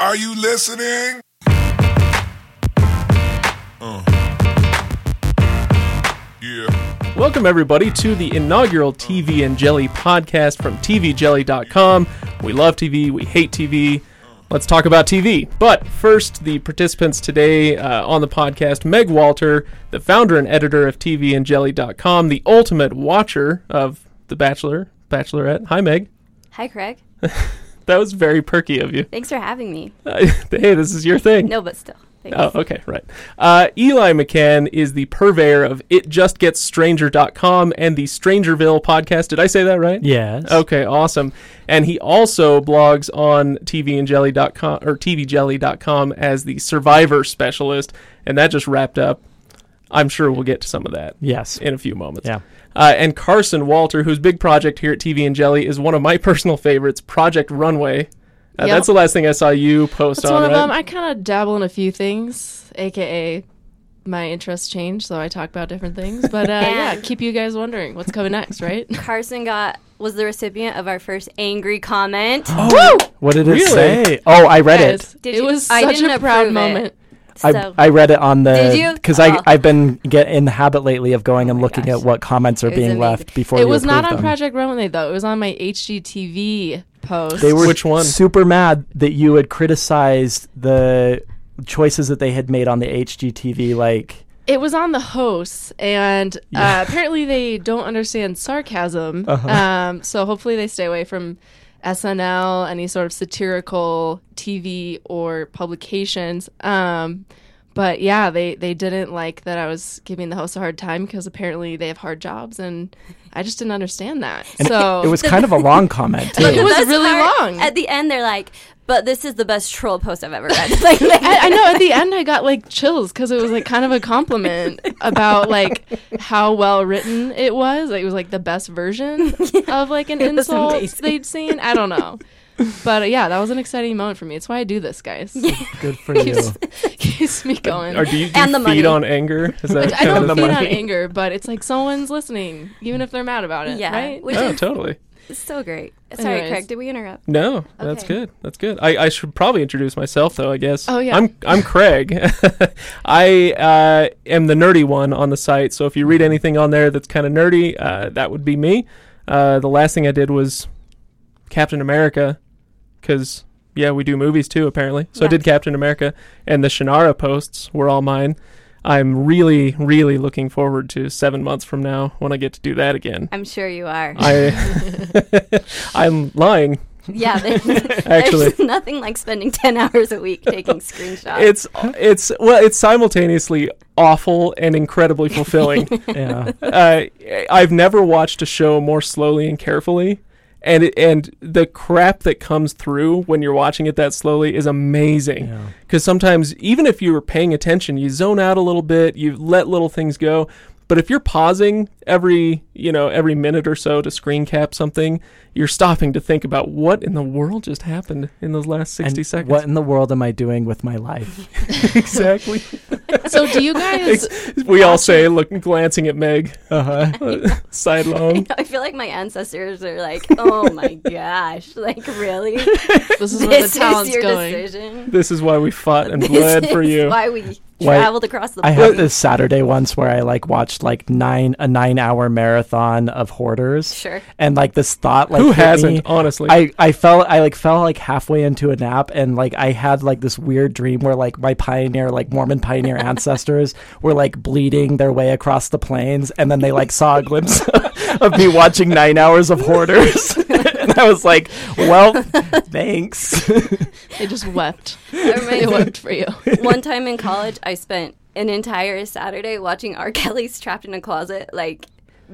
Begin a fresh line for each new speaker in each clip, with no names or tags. Are you listening? Uh. Yeah.
Welcome, everybody, to the inaugural TV and Jelly podcast from TVJelly.com. We love TV, we hate TV. Let's talk about TV. But first, the participants today uh, on the podcast Meg Walter, the founder and editor of TVandjelly.com, the ultimate watcher of The Bachelor, Bachelorette. Hi, Meg.
Hi, Craig.
That was very perky of you.
Thanks for having me.
hey, this is your thing.
No, but still. Thanks.
Oh, okay, right. Uh, Eli McCann is the purveyor of itjustgetsstranger.com and the Strangerville podcast. Did I say that right?
Yes.
Okay, awesome. And he also blogs on tvandjelly.com or tvjelly.com as the survivor specialist, and that just wrapped up. I'm sure we'll get to some of that
Yes.
in a few moments.
Yeah.
Uh, and Carson Walter, whose big project here at TV and Jelly is one of my personal favorites, Project Runway. Uh,
Yep.
That's the last thing I saw you post
That's
on.
one of
right?
them. I kind of dabble in a few things, aka my interests change, so I talk about different things. But uh, yeah,
And-
keep you guys wondering what's coming next, right?
Carson got was the recipient of our first angry comment.
What did it
Really?
say? Oh, I read
Yes.
it.
Did
it
you-
was
I
such
didn't
a proud
approve it.
moment.
I,
so
I read it on
Did you?
the because
Oh.
I I've been get in the habit lately of going and looking
gosh.
at what comments are
It was
being
amazing.
left before
It
you
was
approve
not on
them.
Project Runway though. It was on my HGTV post.
They were
Which one?
super mad that you had criticized the choices that they had made on the HGTV. Like,
It was on the hosts, and
Yeah.
uh, apparently they don't understand sarcasm.
Uh-huh.
Um, so hopefully they stay away from SNL, any sort of satirical TV or publications. Um, but yeah, they, they didn't like that I was giving the hosts a hard time because apparently they have hard jobs, and I just didn't understand that.
and it-
so
it, was kind of a long comment. Too.
But the
was
best
really
part,
long.
At the end, they're like, "But this is the best troll post I've ever read." Like, like-
I, I know at the end I got like chills because it was like kind of a compliment about like how well written it was. Like, it was like the best version of like an
It was
insult
amazing.
they'd seen. I don't know. But uh, yeah, that was an exciting moment for me. It's why I do this, guys.
Good for you.
Keeps me going.
Or do you, do
And
you
the
feed
money.
on anger? Is that
I
kind
don't
of
feed
the
on
money?
anger, but it's like someone's listening, even if they're mad about it.
yeah,
Right?
which
Oh,
is
totally.
so great. Sorry,
Anyways.
Craig. Did we interrupt?
No, that's
Okay.
good. That's good. I, I should probably introduce myself, though. I guess.
Oh, yeah.
I'm I'm Craig. I uh, am the nerdy one on the site. So if you read anything on there that's kind of nerdy, uh, that would be me. Uh, the last thing I did was Captain America, because yeah, we do movies too apparently. So I
Yeah.
did Captain America, and the Shannara posts were all mine. I'm really, really looking forward to seven months from now when I get to do that again.
I'm sure you are.
I I'm lying.
yeah, there's,
Actually.
there's nothing like spending ten hours a week taking screenshots.
It's it's well, it's simultaneously awful and incredibly fulfilling.
yeah.
uh, I've never watched a show more slowly and carefully. And, it, and the crap that comes through when you're watching it that slowly is amazing
Yeah.
because sometimes even if you were paying attention you zone out a little bit you let little things go but if you're pausing every you know every minute or so to screen cap something you're stopping to think about what in the world just happened in those last 60
And
seconds
What in the world am I doing with my life?
exactly
So do you guys
we all say looking glancing at meg
Uh-huh.
sidelong
I feel like my ancestors are like, "Oh my gosh, like really?
this is where
this
the talent's
is your
going.
decision."
this is why we fought and
This
bled for
is
you
Why we
Why-
traveled across the
I had
planet.
this Saturday once where I like watched like nine a nine hour marathon of hoarders.
Sure.
And like this thought like
who
hit
hasn't
me.
honestly
I, I fell I like fell like halfway into a nap and like I had like this weird dream where like my pioneer like Mormon pioneer ancestors were like bleeding their way across the plains and then they like saw a glimpse of me watching nine hours of hoarders and I was like well thanks
They just wept.
That
They
reminds me-
wept for you.
One time in college, I spent an entire Saturday watching R. Kelly's Trapped in a Closet, like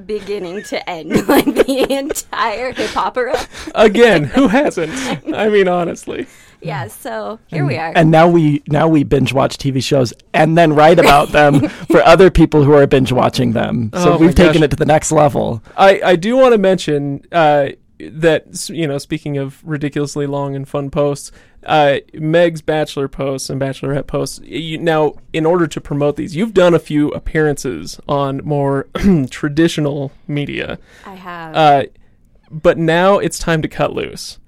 beginning to end, like the entire hip hopera.
again who hasn't i mean honestly
Yeah, so here we are.
and now we now we binge watch TV shows and then write about them for other people who are binge watching them so
Oh my
we've taken
gosh.
it to the next level
I, I do want to mention uh, that s- you know speaking of ridiculously long and fun posts, uh, Meg's bachelor posts and bachelorette posts. You, now, in order to promote these, you've done a few appearances on more traditional media,
I have.
uh, but now it's time to cut loose.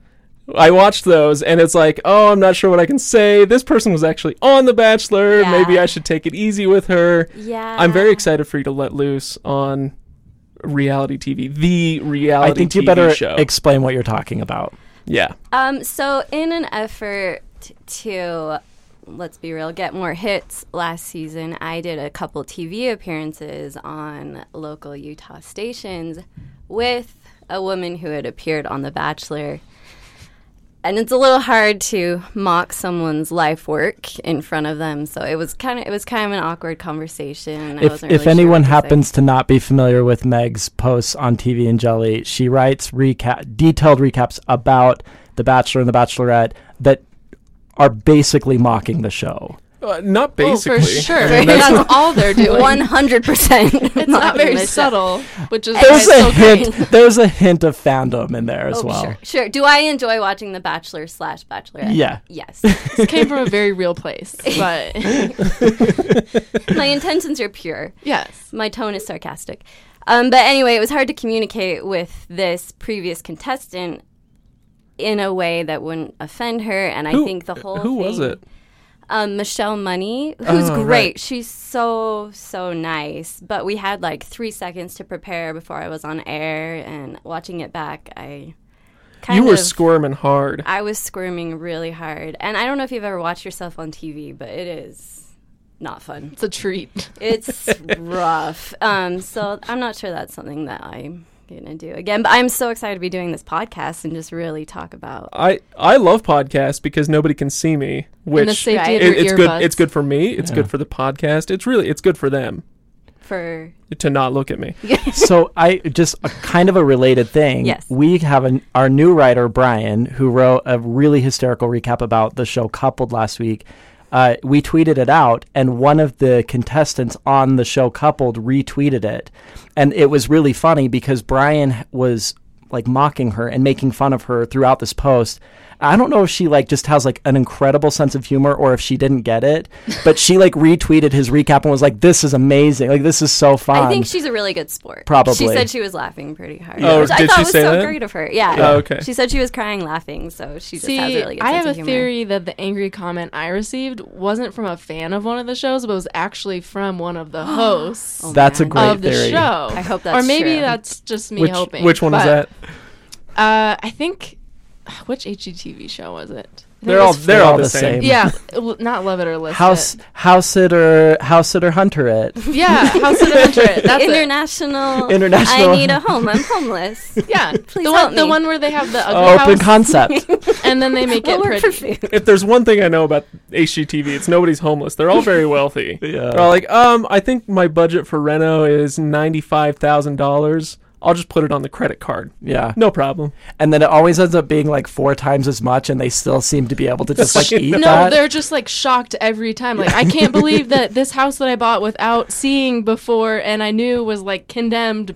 I watched those and it's like, oh, I'm not sure what I can say. This person was actually on The Bachelor.
Yeah.
Maybe I should take it easy with her.
Yeah.
I'm
Um,
very excited for you to let loose on reality TV, the reality
I think you
TV
better
show.
explain what you're talking about.
yeah.
Um, so in an effort to let's be real, get more hits last season, I did a couple TV appearances on local Utah stations with a woman who had appeared on The Bachelor. And it's a little hard to mock someone's life work in front of them, so it was kind of it was kind of an awkward conversation. I
if
wasn't
if
really sure
anyone
what to say.
happens to not be familiar with Meg's posts on TV and Jelly, she writes recap detailed recaps about The Bachelor and The Bachelorette that are basically mocking the show.
Uh, not
Oh,
basically.
for sure.
I mean, that's-
that's all they're doing.
one hundred percent,
it's not very subtle, which is why
There's
it's
a
so great.
hint. There's a hint of fandom in there as
Oh,
well.
sure, sure. Do I enjoy watching The Bachelor slash Bachelorette?
Yeah.
Yes.
This came from a very real place, but
My intentions are pure.
yes.
My tone is sarcastic. Um, but anyway, it was hard to communicate with this previous contestant in a way that wouldn't offend her, and I
Who-
think the whole
Who was
thing-
it?
um, Michelle Money, who's
Oh, right.
great. She's so so nice. But we had like three seconds to prepare before I was on air, and watching it back, I kind
You were
of
squirming hard.
I was squirming really hard. And I don't know if you've ever watched yourself on TV, but it is not fun.
It's a treat.
It's rough. Um, so I'm not sure that's something that I'm going to do again. But I'm so excited to be doing this podcast and just really talk about.
I I love podcasts because nobody can see me, which
And the safety
Right.
of
it- it's
your earbuds.
good. It's good for me. It's good for the podcast. It's really it's good for them
For
to not look at me.
so I just a kind of a related thing.
Yes.
We have an, our new writer Brian who wrote a really hysterical recap about the show Coupled last week. Uh, we tweeted it out, and one of the contestants on the show Coupled retweeted it, and it was really funny because Brian was like mocking her and making fun of her throughout this post. I don't know if she like just has like an incredible sense of humor or if she didn't get it, but she like retweeted his recap and was like, "This is amazing! Like this is so fun."
I think she's a really good sport.
Probably.
She said she was laughing pretty hard.
Oh,
which I
did
thought
she
was
say
so
that?
great of her. Yeah.
Oh, okay.
She said she was crying laughing, so she just
See,
has a really good
I
sense
have a
of humor.
theory that the angry comment I received wasn't from a fan of one of the shows, but was actually from one of
Oh
the hosts
That's a
man.
great
of the
theory.
show.
I hope that's
or maybe
true.
that's just me
Which
hoping.
which one was
but,
that?
Uh, I think which HGTV show was it? I think
They're
it
all
was f-
they're all the same.
yeah, l- not love it or list
House
it.
house sitter house sitter hunter it.
Yeah, House of Interest. That's it.
International.
International.
I need a home. I'm homeless.
Yeah,
Please
the
help
one the
me.
one where they have the
Oh,
ugly
Open
house,
concept.
and then they make
I'll
it
work for
pretty.
food.
If there's one thing I know about HGTV, it's nobody's homeless. They're all very wealthy.
Yeah.
They're all like, um, I think my budget for reno is ninety five thousand dollars. I'll just put it on the credit card.
yeah.
No problem.
And then it always ends up being like four times as much and they still seem to be able to just like eat
No,
that.
they're just like shocked every time. Like, I can't believe that this house that I bought without seeing before and I knew was like condemned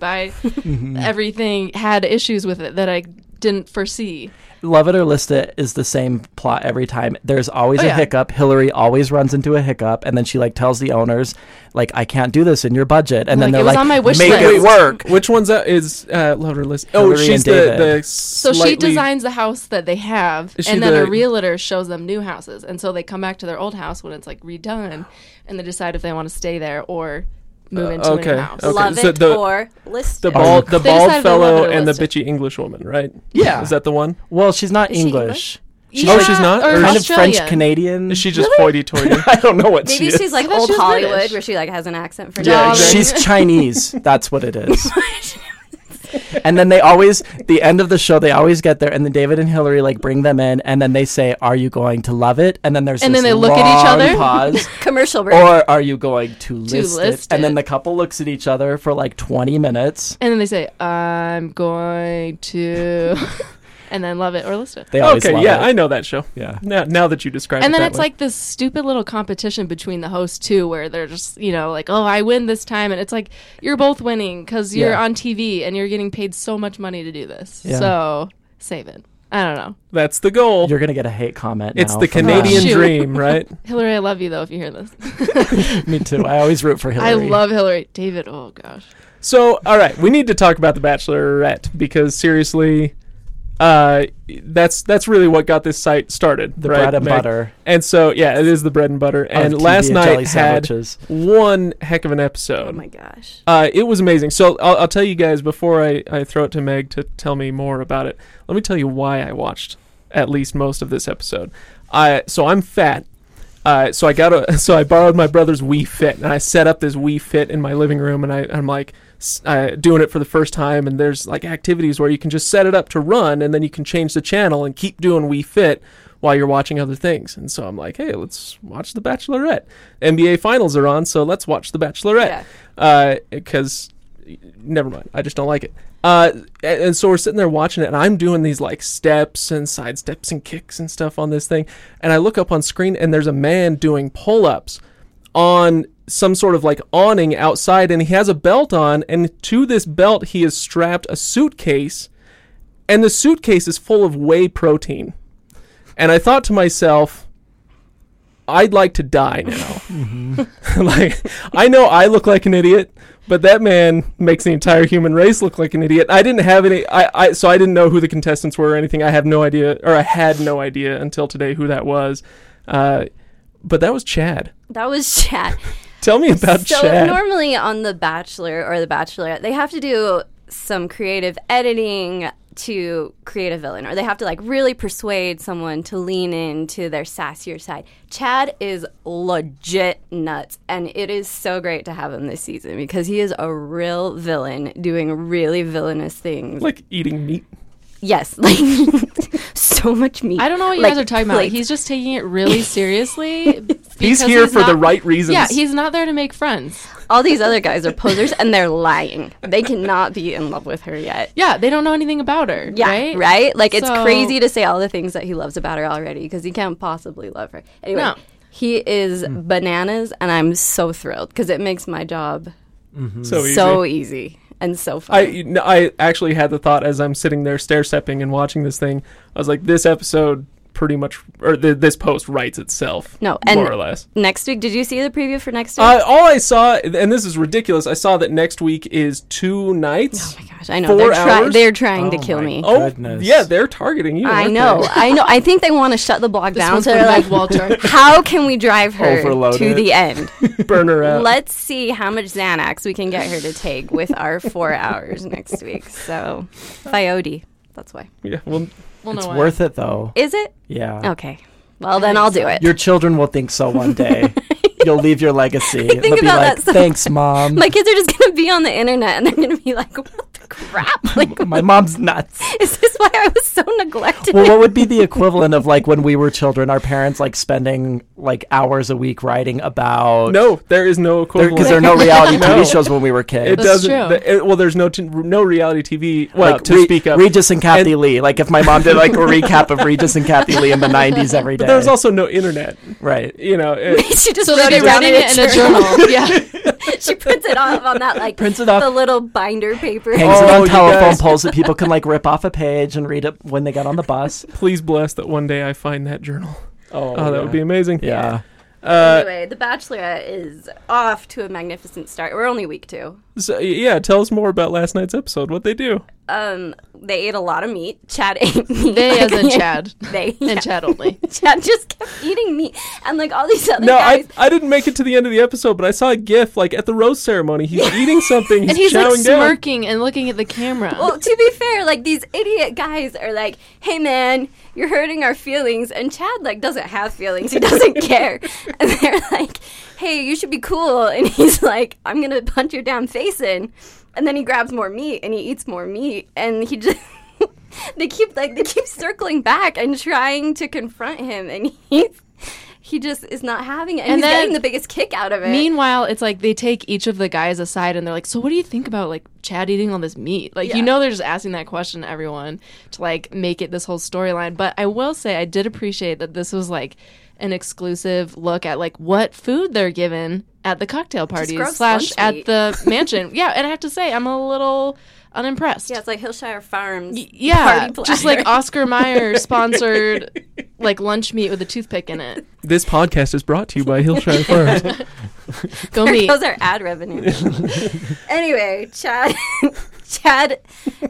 by
Mm-hmm.
everything had issues with it that I didn't foresee.
Love it or list it is the same plot every time. There's always
Oh,
a
yeah.
hiccup. Hillary always runs into a hiccup and then she like tells the owners like I can't do this in your budget and then
Like,
they're
it was
like
on my wish
make it
list."
work.
Which one's that is uh louder list? oh,
Hillary
she's
and
the,
David.
the
So
slightly-
she designs the house that they have,
Is she
and then
the-
a realtor shows them new houses. And so they come back to their old house when it's like redone, and they decide if they want to stay there or move into a
Uh, okay,
new house.
okay.
Love
so
it
the-
or list
the
it.
bald the
They
bald
decided they wanted
fellow
to
and the
list
bitchy English woman, right?
Yeah.
Is that the one?
Well, she's not
she English?
English.
She's
Oh, she's not?
Or
Or-
Kind of
Australian.
French Canadian.
Is she just hoity toity?
I don't know what
Maybe
she
she's
is.
like
I thought
old
she was
Hollywood,
British.
where she like has an accent for
Yeah,
no
exactly.
reason.
She's Chinese. That's what it is. and then they always, the end of the show, they always get there, and then David and Hillary like bring them in, and then they say, "Are you going to love it?" And then there's
And
this
then they look at each
long
other.
pause,
commercial break.
or are you going to list,
list
it? And then
it.
the couple looks at each other for like 20 minutes.
And then they say, I'm going to. and then love it or list it.
They always
okay,
love
yeah, I
it.
know that show.
yeah.
Now, now that you describe
And
it
then
that
it's
way.
like this stupid little competition between the hosts, too, where they're just, you know, like, oh, I win this time. And it's like, you're both winning because you're
Yeah.
on TV and you're getting paid so much money to do this.
Yeah.
So save it. I don't know.
that's the goal.
You're gonna get a hate comment.
It's
now
the
from them.
Canadian
Shoot.
dream, right?
Hillary, I love you, though, if you hear this.
Me too. I always root for Hillary.
I love Hillary. David, oh, gosh.
So, all right, we need to talk about The Bachelorette because seriously, uh, that's that's really what got this site started.
The
right,
bread and
Meg?
butter.
And so yeah, it is the bread and butter. And
TV
last
and
night
jelly
had
sandwiches.
one heck of an episode.
Oh my gosh.
Uh, it was amazing. So I'll, I'll tell you guys before I, I throw it to Meg to tell me more about it. Let me tell you why I watched at least most of this episode. I so I'm fat. Uh, so I got a so I borrowed my brother's Wii Fit and I set up this Wii Fit in my living room and I, I'm like s- uh, doing it for the first time and there's like activities where you can just set it up to run and then you can change the channel and keep doing Wii Fit while you're watching other things and so I'm like hey let's watch The Bachelorette NBA Finals are on so let's watch The Bachelorette
Yeah.
because Uh, never mind i just don't like it uh, and, and so we're sitting there watching it and i'm doing these like steps and side steps and kicks and stuff on this thing and i look up on screen and there's a man doing pull-ups on some sort of like awning outside and he has a belt on and to this belt he has strapped a suitcase and the suitcase is full of whey protein and i thought to myself i'd like to die now like I know I look like an idiot, but that man makes the entire human race look like an idiot. I didn't have any I, I so I didn't know who the contestants were or anything. I have no idea or I had no idea until today who that was. Uh, but that was Chad.
That was Chad.
Tell me about
so
Chad.
normally on The Bachelor or The Bachelorette, they have to do some creative editing to create a villain, or they have to like really persuade someone to lean into their sassier side. Chad is legit nuts, and it is so great to have him this season because he is a real villain doing really villainous things.
like eating meat.
yes, like so much meat.
I don't know what you
Like,
guys are talking about.
plates.
He's just taking it really seriously.
He's
because
here for the
not-
right reasons.
Yeah, he's not there to make friends.
all these other guys are posers, and they're lying. They cannot be in love with her yet.
Yeah, they don't know anything about her.
Yeah,
right.
right? Like it's
So-
crazy to say all the things that he loves about her already because he can't possibly love her. Anyway,
No.
he is bananas, and I'm so thrilled because it makes my job
So Oh, easy.
so easy and so fun.
I you know, I actually had the thought as I'm sitting there stair stepping and watching this thing. I was like this episode pretty much or th- this post writes itself.
no, and
more or less.
next week, did you see the preview for next week?
Uh, all I saw, and this is ridiculous, I saw that next week is two nights.
oh my gosh, I know
four
they're
hours?
they're trying
Oh
to kill
my
me.
God. Goodness.
yeah, they're targeting you.
I
aren't
know,
they?
I know. I think they want to shut the blog
This
down.
one's
So
for
they're
Meg
like,
Walter.
how can we drive her
Overload
to
it.
the end?
Burn her out.
Let's see how much Xanax we can get her to take with our four hours next week. So, Fiote. That's why.
yeah, well,
We'll know
It's
why.
worth it though.
Is it?
Yeah.
Okay. Well, then I'll do it.
Your children will think so one day. You'll leave your legacy.
think
They'll be
about
like,
that sometimes.
"Thanks, mom.
My kids are just going to be on the internet and they're going to be like, what the crap? Like,
My mom's nuts."
is this why I was so neglected?
Well, what would be the equivalent of like when we were children, our parents like spending like hours a week writing about
no, there is no equivalent.
because there are no reality
No.
TV shows when we were kids.
It
That's
doesn't.
true.
th- it- well, there's no t- no reality TV. Well,
like,
to
Re-
speak of.
Regis and Kathy Lee. Like if my mom did like a recap of Regis and Kathy Lee in the '90s every day.
But there's also no internet.
right.
You know, it,
she just
So
wrote
they'd
it
be
down
writing
in a,
it in a
journal.
journal. yeah.
she prints it off on that, like,
Prints it off.
the little binder paper.
Hangs it
Oh,
on
you
telephone
guys-
poles so people can like rip off a page and read it when they get on the bus.
please bless that one day I find that journal.
Oh,
Oh, that would be amazing.
yeah.
Uh,
anyway, The Bachelorette is off to a magnificent start. We're only week two.
so, yeah. Tell us more about last night's episode. What they do.
Um, they ate a lot of meat. Chad ate meat.
They as
Like,
in Chad.
They
And Chad only.
Chad just kept eating meat, and like all these other
No, I,
guys.
I didn't make it to the end of the episode, but I saw a gif like at the rose ceremony. He's eating something. He's,
And he's like
chowing down.
smirking and looking at the camera.
well, to be fair, like these idiot guys are like, "Hey, man, you're hurting our feelings," and Chad like doesn't have feelings. He doesn't care, and they're like, "Hey, you should be cool," and he's like, "I'm gonna punch your damn face in," and then he grabs more meat and he eats more meat, and he just. They keep like they keep circling back and trying to confront him, and he he just is not having it. And,
And
he's
then-
getting the biggest kick out of it.
Meanwhile, it's like they take each of the guys aside and they're like, "So what do you think about like Chad eating all this meat?" Like
Yeah.
you know, they're just asking that question to everyone to like make it this whole storyline. But I will say, I did appreciate that this was like an exclusive look at like what food they're given at the cocktail party
gross
slash
lunch
at
meat.
the mansion. Yeah, and I have to say, I'm a little unimpressed.
yeah, it's like Hillshire Farms.
Y- yeah,
party
just
platter.
like Oscar Mayer sponsored like lunch meat with a toothpick in it.
This podcast is brought to you by Hillshire Farms.
Go
There
meat.
goes our ad revenue. anyway, Chad Chad,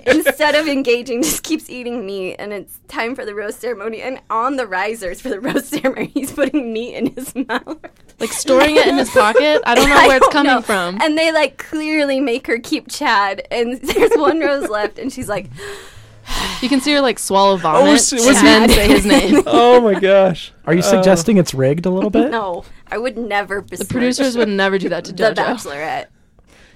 instead of engaging, just keeps eating meat, and it's time for the roast ceremony. And on the risers for the roast ceremony, he's putting meat in his mouth.
Like storing it in his pocket. I don't know where it's
don't
coming
know.
from.
And they like clearly make her keep Chad, and there's one rose left, and she's like,
You can see her like swallow vomit
was- was
and
he-
then say his name.
Oh my gosh. Uh,
Are you suggesting it's rigged a little
Uh,
bit?
"No, I would never." The
Producers would never do that to
the
JoJo.
Bachelorette.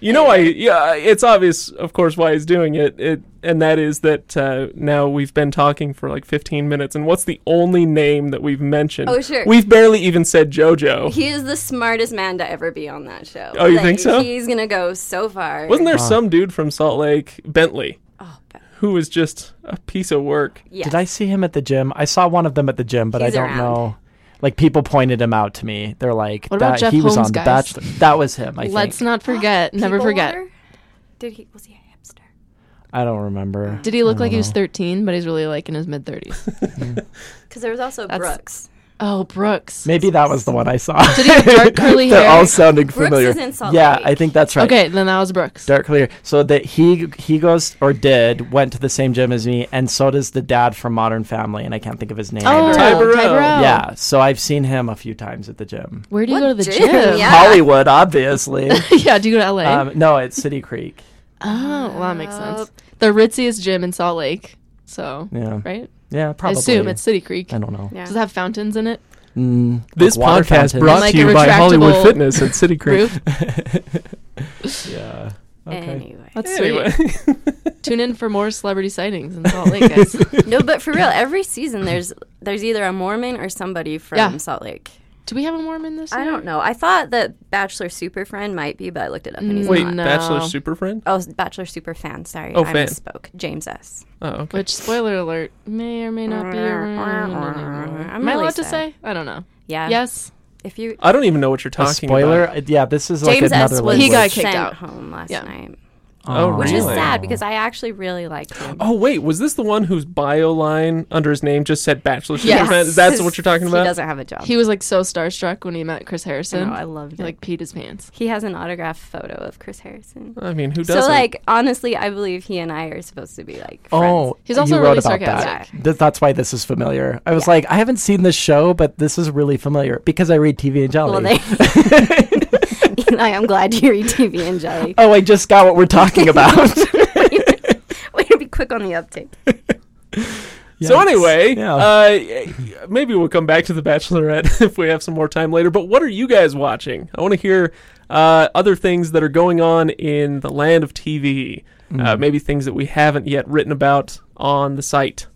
You know, I yeah, it's obvious, of course, why he's doing it. It and that is that uh, now we've been talking for like 15 minutes, and what's the only name that we've mentioned?
Oh, sure.
We've barely even said JoJo.
He is the smartest man to ever be on that show.
Oh, you think so?
He's gonna go so far.
Wasn't there some dude from Salt Lake, Bentley,
Oh, but-
who was just a piece of work?
yes.
Did I see him at the gym? I saw one of them at the gym, but
He's
I don't
around.
know. Like people pointed him out to me. They're like,
What about
that,
Jeff
he was
Holmes,
on
guys?
The Bachelor. That was him. I
Let's
think.
not forget. Never
People
forget.
water? Did he? Was he a hamster?
I don't remember.
Uh,
Did he look like he
Uh-huh.
was 13, but he's really like in his mid 30s?
Because there was also Brooks.
Oh, Brooks.
Maybe that was the one I saw.
Did he have dark curly
They're
hair?
all sounding
Brooks
familiar.
is in Salt
yeah,
Lake.
I think that's right.
Okay, then that was Brooks.
Dark clear. So that he he goes or did went to the same gym as me, and so does the dad from Modern Family, and I can't think of his name.
Oh,
Ty Burrell.
Ty Burrell.
Yeah. So I've seen him a few times at the gym.
Where do you
What
go to the
gym?
gym?
Yeah.
Hollywood, obviously.
yeah, do you go to LA?
um, no, it's City Creek.
oh, well, that makes sense. The ritziest gym in Salt Lake. So,
Yeah.
right?
Yeah,
I
probably.
assume it's City Creek.
I don't know.
Yeah.
Does it have fountains in it?
Mm,
This
like water
podcast
fountains.
brought
Like
to
a
you by Hollywood
retractable
Fitness at City Creek.
Roof?
Yeah.
Anyway.
That's
Anyway,
sweet. Tune in for more celebrity sightings in Salt Lake, guys.
no, but for real, every season there's there's either a Mormon or somebody from
Yeah.
Salt Lake.
do we have a Mormon this year?
I don't know. I thought that Bachelor Super Friend might be, but I looked it up and he's
wait,
not.
No.
Bachelor Super Friend?
Oh, Bachelor Super Fan. Sorry,
Oh,
I
fan.
misspoke. James S.
Oh, okay.
Which, spoiler alert, may or may not be around anymore.
I'm
Am I
really
allowed to
sad.
say? I don't know.
Yeah.
Yes.
If you
I don't even know what you're
A
talking
spoiler?
about.
Uh, Yeah, this is like
James
another
S was
language.
He got kicked
sent
out.
home last
Yeah.
night,
Oh,
which is
Really?
sad because I actually really liked him.
Oh wait, was this the one whose bio line under his name just said Bachelor Super
Yes.
Friend? That's what you're talking
He
about?
doesn't have a job.
He was like so starstruck when he met Chris Harrison.
I loved
He
it.
like peed his pants.
he has an autographed photo of Chris Harrison.
I mean, who
So
doesn't?
like honestly, I believe he and I are supposed to be like friends.
Oh,
He's also
you
really
wrote about
sarcastic.
that. Th- that's why this is familiar. I was like, I haven't seen this show, but this is really familiar because I read TV and Jelly.
Well, they. Eli, I'm glad you read TV and Jelly.
oh, I just got what we're talking about.
Way to be quick on the uptake.
So anyway,
Yeah.
uh, maybe we'll come back to the Bachelorette if we have some more time later. But what are you guys watching? I want to hear uh, other things that are going on in the land of TV. Uh, maybe things that we haven't yet written about on the site.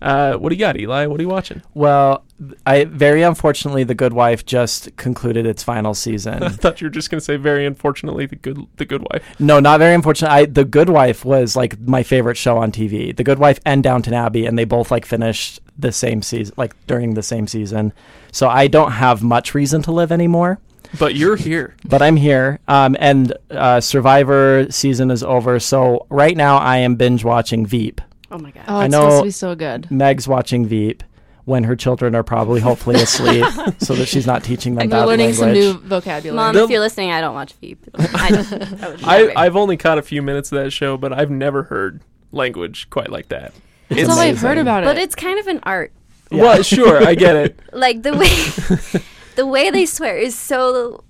Uh, what do you got, Eli? What are you watching?
well, I very unfortunately, The Good Wife just concluded its final
I
season.
thought you were just going to say, very unfortunately, the good, the good wife.
no, not very unfortunate. I, the Good Wife was like my favorite show on TV. The Good Wife and Downton Abbey, and they both like finished the same season, like during the same season. So I don't have much reason to live anymore.
But you're here.
but I'm here. Um, and uh, Survivor season is over, so right now I am binge watching Veep.
Oh my god.
Oh,
I
it's
know-
supposed to be so good.
Meg's watching Veep when her children are probably hopefully asleep, so that she's not teaching them
And
bad
you're learning some
language.
new vocabulary.
Mom,
The-
if you're listening, I don't watch Veep. I just, I would
I,
never.
I've only caught a few minutes of that show, but I've never heard language quite like that.
That's all I've heard about it.
but it's kind of an art.
Well, sure, I get it.
Like the way the way they swear is so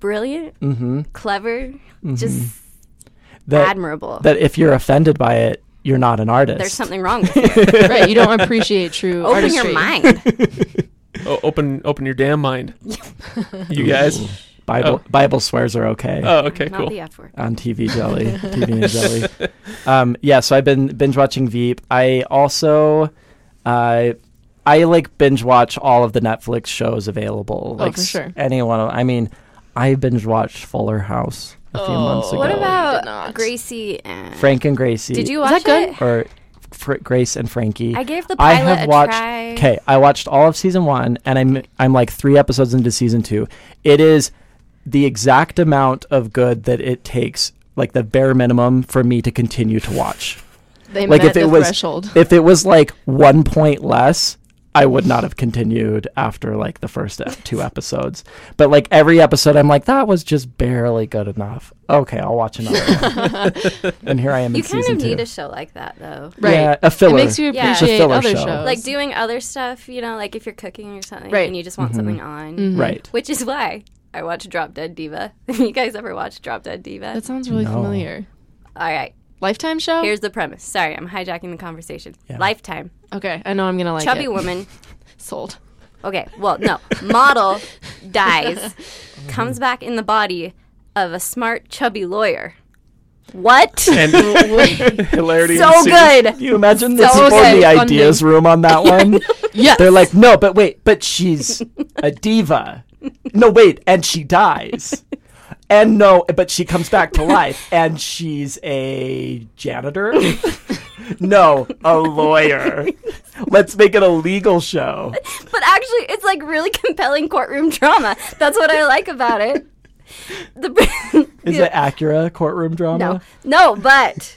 brilliant, clever,
Mm-hmm.
just
Mm-hmm, that,
admirable.
that if you're offended by it, you're not an artist.
There's something wrong with you.
right. You don't appreciate true
Open
artistry.
your mind.
Oh, open open your damn mind, you guys.
Bible
Oh.
Bible swears are okay.
Oh, okay,
Not the
cool.
F word.
on TV Jelly, TV and Jelly. Um, yeah, so I've been binge watching Veep. I also, uh, I like binge watch all of the Netflix shows available.
Oh,
Like
for
s-
sure.
Any one of. I mean, I binge watched Fuller House a few months ago.
What
Oh, What
No, about did
about
not.
Gracie and
Frank and Gracie?
Did you
Is
watch
that good?
it?
or Fr- Grace and Frankie?
I gave the
I
pilot
have
a
watched.
try.
Okay, I watched all of season one, and I'm I'm like three episodes into season two. It is the exact amount of good that it takes, like the bare minimum, for me to continue to watch.
They
Like
met
if it
the
was
threshold.
if it was like one point less, I would not have continued after like the first ep- two episodes. But like every episode, I'm like, that was just barely good enough. Okay, I'll watch another one. and here I am
You
in
kind
season
of need
two.
a show like that, though.
Right.
Yeah, a filler.
It makes you
Yeah. It's a
appreciate
filler
other
show.
shows.
Like doing other stuff, you know, like if you're cooking or something,
Right. Mm-hmm.
and you just want something on,
Mm-hmm. right.
which is why I watch Drop Dead Diva. you guys ever watch Drop Dead Diva?
that sounds really
No.
familiar.
All right.
Lifetime show.
Here's the premise. Sorry, I'm hijacking the conversation.
Yeah.
Lifetime,
okay, I know I'm gonna like
chubby
it.
woman.
Sold.
Okay, well, no, model dies, comes back in the body of a smart, chubby lawyer. What?
And hilarity
so
ensues.
good.
Can you imagine
So
this is for
good
the
funding.
ideas room on that one?
Yes.
They're like, no, but wait, but she's a diva. No, wait, and she dies. And no, but she comes back to life, and she's a janitor. no, a lawyer. Let's make it a legal show.
But actually, it's like really compelling courtroom drama. That's what I like about it. The,
Is it Acura courtroom drama?
no, no, but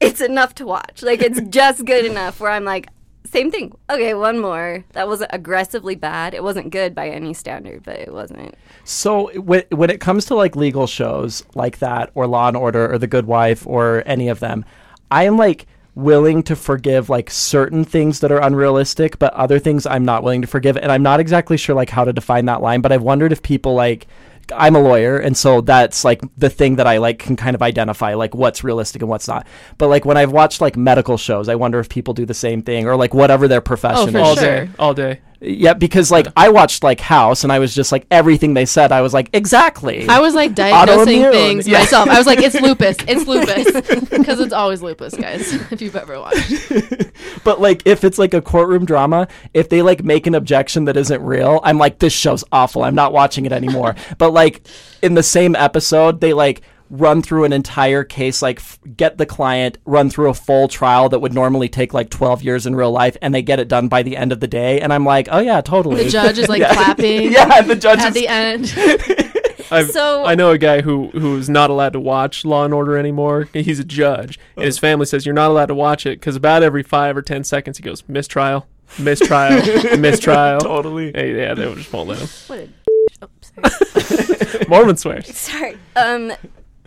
it's enough to watch. Like it's just good enough where I'm like, same thing. Okay, one more. That wasn't aggressively bad. It wasn't good by any standard, but it wasn't.
So when when it comes to like legal shows like that, or Law and Order, or The Good Wife, or any of them, I am like willing to forgive like certain things that are unrealistic, but other things I'm not willing to forgive, and I'm not exactly sure like how to define that line. But I've wondered if people like. I'm a lawyer, and so that's like the thing that I like can kind of identify like what's realistic and what's not. But like when I've watched like medical shows, I wonder if people do the same thing or like whatever their profession
Oh, for
is.
all
sure.
day, all day.
Yeah, because like I watched like House, and I was just like everything they said, I was like exactly.
I was like diagnosing
Autoimmune.
things
Yeah.
myself. I was like, it's lupus. It's lupus. Because it's always lupus, guys, if you've ever watched.
but like if it's like a courtroom drama, if they like make an objection that isn't real, I'm like this show's awful. I'm not watching it anymore. but like in the same episode, they like run through an entire case like f- get the client run through a full trial that would normally take like 12 years in real life and they get it done by the end of the day and i'm like oh yeah totally
The judge is like
Yeah.
clapping
yeah and the judge
at
is
the end.
I've,
So-
I know a guy who who's not allowed to watch Law and Order anymore. He's a judge, and his family says you're not allowed to watch it because about every five or ten seconds he goes mistrial, mistrial, mistrial.
totally
Hey, yeah, they just won't let him.
What a. douche. Oh, sorry.
Mormon swears.
Sorry. Um,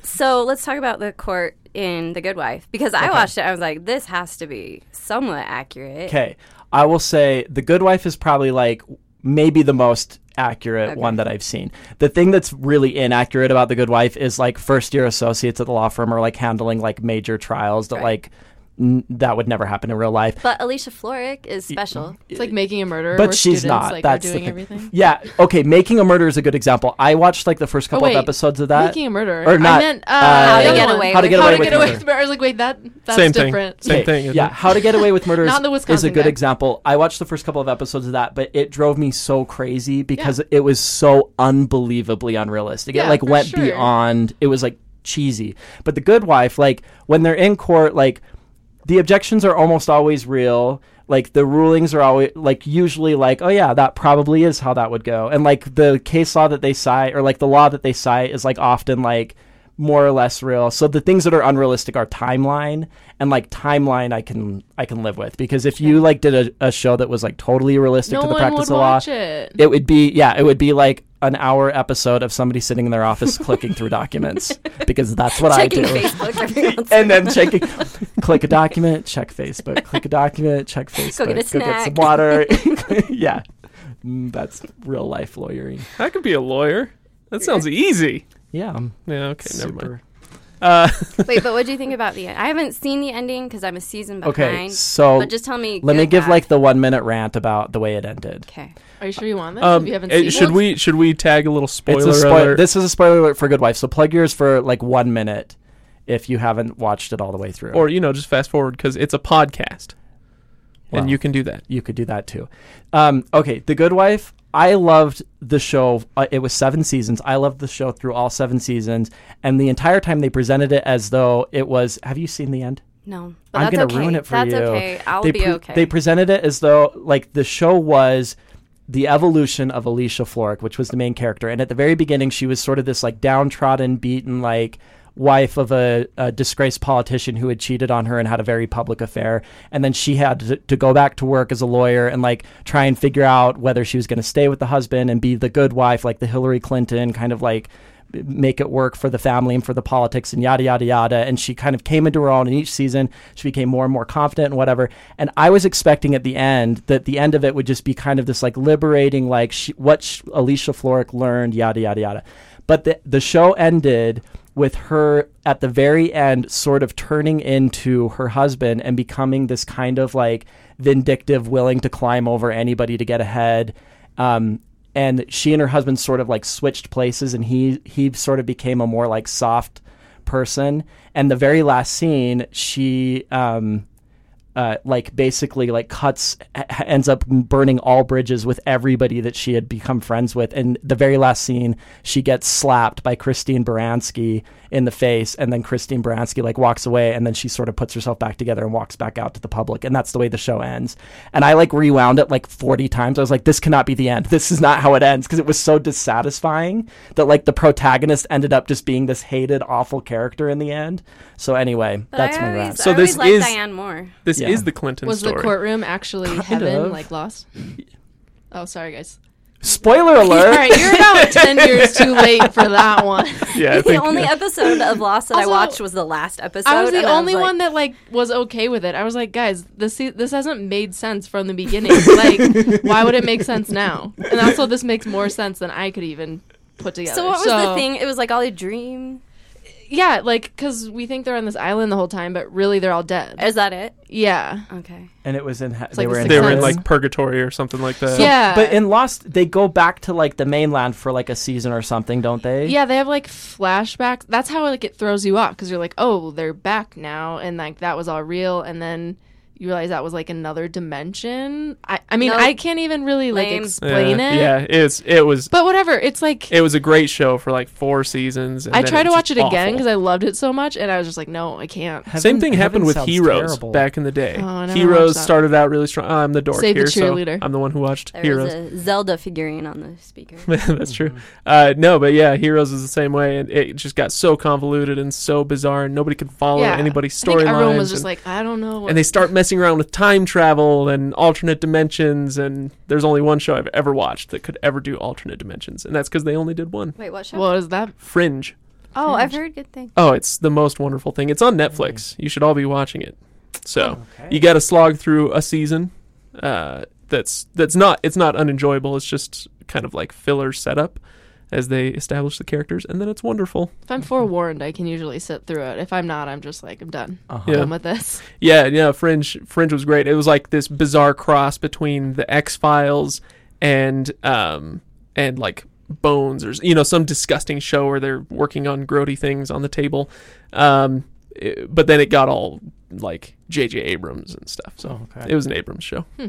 so let's talk about the court in The Good Wife because I watched it. I was like, this has to be somewhat accurate.
Okay. I will say The Good Wife is probably like maybe the most accurate one that I've seen. The thing that's really inaccurate about The Good Wife is like first year associates at the law firm are like handling like major trials that like n- that would never happen in real life.
But Alicia Florrick is special.
It's like making a murderer.
But
where
she's
students,
not.
Like,
That's
are
the
doing
thing.
everything.
Yeah. Okay. Making a Murder is a good example. I watched like the first couple
Oh, wait.
of episodes of that.
making a murderer.
Or not.
I meant uh,
uh,
the
How to
other
Get
one.
Away
How to
with
Get
How
Away
to
with
get away
Murder.
with murder. I was like, wait, that that's
Same thing.
different.
Same thing, isn't
Yeah,
it?
How to Get Away with Murder is,
Not the
is a
Wisconsin
good
guy.
example. I watched the first couple of episodes of that, but it drove me so crazy because it was so unbelievably unrealistic. it
Yeah,
like
for
went
sure.
beyond. It was like cheesy. But The Good Wife, like when they're in court, like the objections are almost always real. Like the rulings are always like usually like, oh yeah, that probably is how that would go. And like the case law that they cite or like the law that they cite is like often like more or less real. So the things that are unrealistic are timeline and like timeline I can I can live with because if you like did a, a show that was like totally realistic
No
to the
one
practice
would
of law,
watch it.
it would be yeah, it would be like an hour episode of somebody sitting in their office clicking through documents because that's what
Checking
I do
Facebook every once in a
and then checking click a document check facebook click a document check facebook
Go get a
some
snack.
water yeah Mm, that's real life lawyering
I could be a lawyer. That sounds easy.
yeah um,
Yeah. Okay. Never mind.
super
Uh,
while. Wait, but what do you think about the end? I haven't seen the ending because I'm a season behind.
okay so
but just tell me.
let me
good,
give
bad.
like the one minute rant about the way it ended
Okay.
Are you sure you want this?
um,
if you haven't
eh,
seen it?
should we should we tag a little spoiler?
it's a spoiler
alert?
this is a spoiler alert for good wife so plug yours for like one minute if you haven't watched it all the way through
or you know, just fast forward because it's a podcast,
Wow.
and you can do that.
you could do that too. Um, okay, The Good Wife. I loved the show. Uh, it was seven seasons. I loved the show through all seven seasons, and the entire time they presented it as though it was. Have you seen the end?
No. But
I'm
that's
gonna
okay.
ruin it for
that's
you.
okay. I'll
they
be
pre-
okay.
They presented it as though like the show was the evolution of Alicia Florrick, which was the main character, and at the very beginning she was sort of this like downtrodden, beaten, like wife of a, a disgraced politician who had cheated on her and had a very public affair. And then she had to, to go back to work as a lawyer and like try and figure out whether she was going to stay with the husband and be the good wife, like the Hillary Clinton kind of like make it work for the family and for the politics and yada yada yada and she kind of came into her own and each season she became more and more confident and whatever and i was expecting at the end that the end of it would just be kind of this like liberating like she, what sh- alicia florrick learned yada yada yada but the, the show ended with her at the very end sort of turning into her husband and becoming this kind of like vindictive willing to climb over anybody to get ahead um, and she and her husband sort of like switched places and he he sort of became a more like soft person and the very last scene she um uh, like basically like cuts h- ends up burning all bridges with everybody that she had become friends with and the very last scene she gets slapped by Christine Baranski in the face and then Christine Baranski like walks away and then she sort of puts herself back together and walks back out to the public and that's the way the show ends and I like rewound it like 40 times I was like this cannot be the end this is not how it ends because it was so dissatisfying that like the protagonist ended up just being this hated awful character in the end so anyway
But
that's
I
my
always,
rant.
So
I always
this
liked
is-
Diane Moore.
This
Yeah.
is the Clinton
Was
story.
the courtroom actually heaven,
of.
like lost? Oh, sorry, guys.
spoiler alert
All right, you're about 10 years too late for that one.
yeah, I
the
think-
only episode of Lost that
Also,
I watched was the last episode.
I was the
and
only
like,
one that like was okay with it. I was like, guys, this se- this hasn't made sense from the beginning. like, why would it make sense now? And also, this makes more sense than I could even put together.
So what was the thing? It was like all a dream.
Yeah, like because we think they're on this island the whole time, but really they're all dead.
Is that it?
yeah,
Okay.
and it was in he- they
like
were
the
in
they were in
Because-
heaven.
like purgatory or something like that.
yeah,
but in Lost they go back to like the mainland for like a season or something, don't they?
yeah, they have like flashbacks. That's how like it throws you off because you're like, oh, they're back now, and like that was all real, and then. You realize that was like another dimension. I, I mean,
No.
I can't even really like
Lame.
explain
yeah,
it.
Yeah, it's it was
But whatever, it's like
it was a great show for like four seasons. And
I
then
tried to
was
watch it
just
again
awful.
because I loved it so much, and I was just like, no, I can't.
Same thing happened with
sounds
Heroes
terrible.
back in the day.
Oh, I never watched
Heroes
that.
started out really strong. I'm the dork
Save the
here, so
cheerleader.
I'm the one who watched
There
Heroes.
was a Zelda figurine on the speaker.
That's
Mm-hmm.
true.
Mm.
Uh, no, but yeah, Heroes is the same way, and it just got so convoluted and so bizarre, and nobody could follow
yeah,
anybody's
I think
storyline.
Everyone was just like, I don't know. What
and they start messing around with time travel and alternate dimensions, and there's only one show I've ever watched that could ever do alternate dimensions, and that's because they only did one.
Wait, what show?
what is that?
Fringe.
oh, I've heard good things.
Oh, it's the most wonderful thing. It's on Netflix. You should all be watching it. So you got to slog through a season. Uh, that's that's not it's not unenjoyable. It's just kind of like filler setup as they establish the characters, and then it's wonderful.
If I'm forewarned, I can usually sit through it. If I'm not, I'm just like, I'm done.
Uh-huh.
Yeah.
Done with this.
Yeah, yeah. Fringe Fringe was great. It was like this bizarre cross between the X Files and um and like Bones or you know some disgusting show where they're working on grody things on the table. Um, it- but then it got all like J.J. Abrams and stuff. So
Oh, okay.
it was an Abrams show.
Hmm.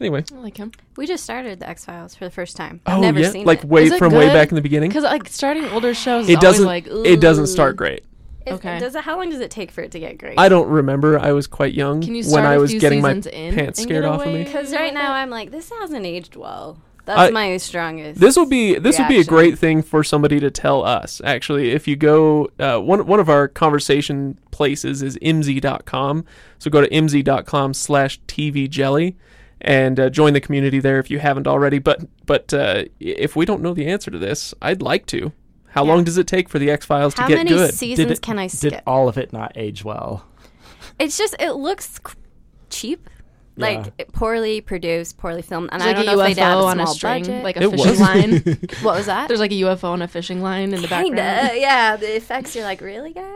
Anyway,
I like him
We just started the X Files for the first time. I've never seen
Oh, like
it.
way
Is it
from way
good?
back in the beginning.
because like starting older shows, is
It doesn't.
Always like,
it doesn't
"Ooh."
start great.
Is-
okay.
Does it? How long does it take for it to get great?
I don't remember. I was quite young
Can you
when
start
I
a
was
few
getting my
seasons in
pants
and
scared
get
off of
away?
me.
Because right now I'm like, this hasn't aged well.
I-
That's my strongest.
This will be this would be a
reaction.
great thing for somebody to tell us. Actually, if you go uh, one one of our conversation places is imzy.com. So go to imzy.com slash TV Jelly and uh, join the community there if you haven't already. But but uh, if we don't know the answer to this, I'd like to. How long does it take for the X Files to
How
get
many
good?
seasons
it-
can I
Did
skip?
all of it not age well?
It's just it looks c- cheap, like
Yeah.
it poorly produced, poorly filmed, and
There's
I
like
don't
a
know if they had a
UFO
small
on a string,
budget.
like a
It
fishing
was.
line.
what was that?
There's like a UFO on a fishing line in the background.
Kinda, yeah. The effects, you're like, really, guys?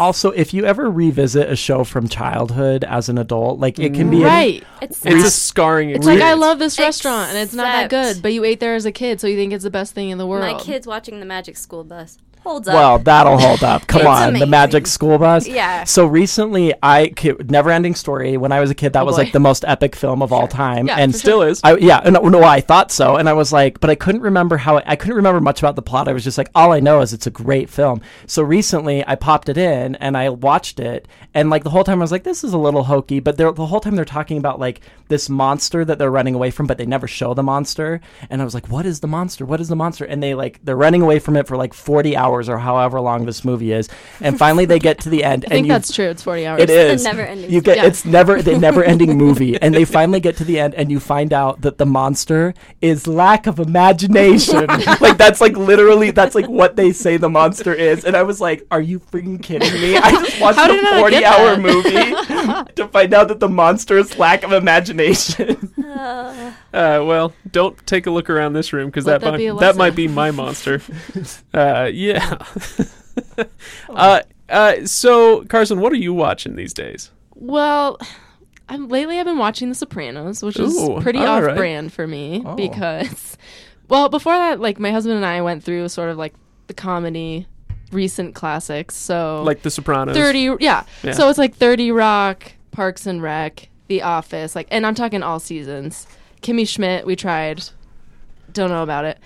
Also, if you ever revisit a show from childhood as an adult, like it can be
Right.
It's
It's a
sad.
scarring.
It's like I
experience.
love this restaurant and it's not that
Except-
good, but you ate there as a kid, so you think it's the best thing in the world.
my kids watching the Magic School Bus. Holds
A, well,
up.
that'll hold up. Come
It's
on, the
amazing.
Magic School Bus.
Yeah.
So recently, I never ending story. When I was a kid, that was
Oh, boy.
like the most epic film of all time,
Yeah,
and
for
still is.
I, yeah, no, no, I thought so, and I was like, but I couldn't remember how I couldn't remember much about the plot. I was just like, all I know is it's a great film. So recently, I popped it in and I watched it, and like the whole time I was like, this is a little hokey, but they're, the whole time they're talking about like this monster that they're running away from, but they never show the monster, and I was like, what is the monster? What is the monster? And they like they're running away from it for like forty hours or however long this movie is. And finally, they get to the end.
I
and
think
you,
that's true. It's 40 hours.
It is.
never-ending
You get
story.
it's never the never ending movie, and they finally get to the end, and you find out that the monster is lack of imagination. like that's like literally that's like what they say the monster is, and I was like, are you freaking kidding me? I just watched
How
a
did I
forty
get
hour
that?
movie to find out that the monster is lack of imagination.
Uh,
Uh, well, don't take a look around this room because that
Let that
might,
be a
that,
lesson.
might be my monster. uh, yeah.
Oh.
uh, uh, so Carson, what are you watching these days?
Well, I'm, lately I've been watching The Sopranos, which
Ooh,
is pretty
all
off
right. Oh.
brand for me because, well, before that, like my husband and I went through sort of like the comedy recent classics. So
Like The Sopranos.
30, yeah.
Yeah.
So it's like 30 Rock, Parks and Rec, The Office, like, and I'm talking all seasons. Kimmy Schmidt, we tried. Don't know about it.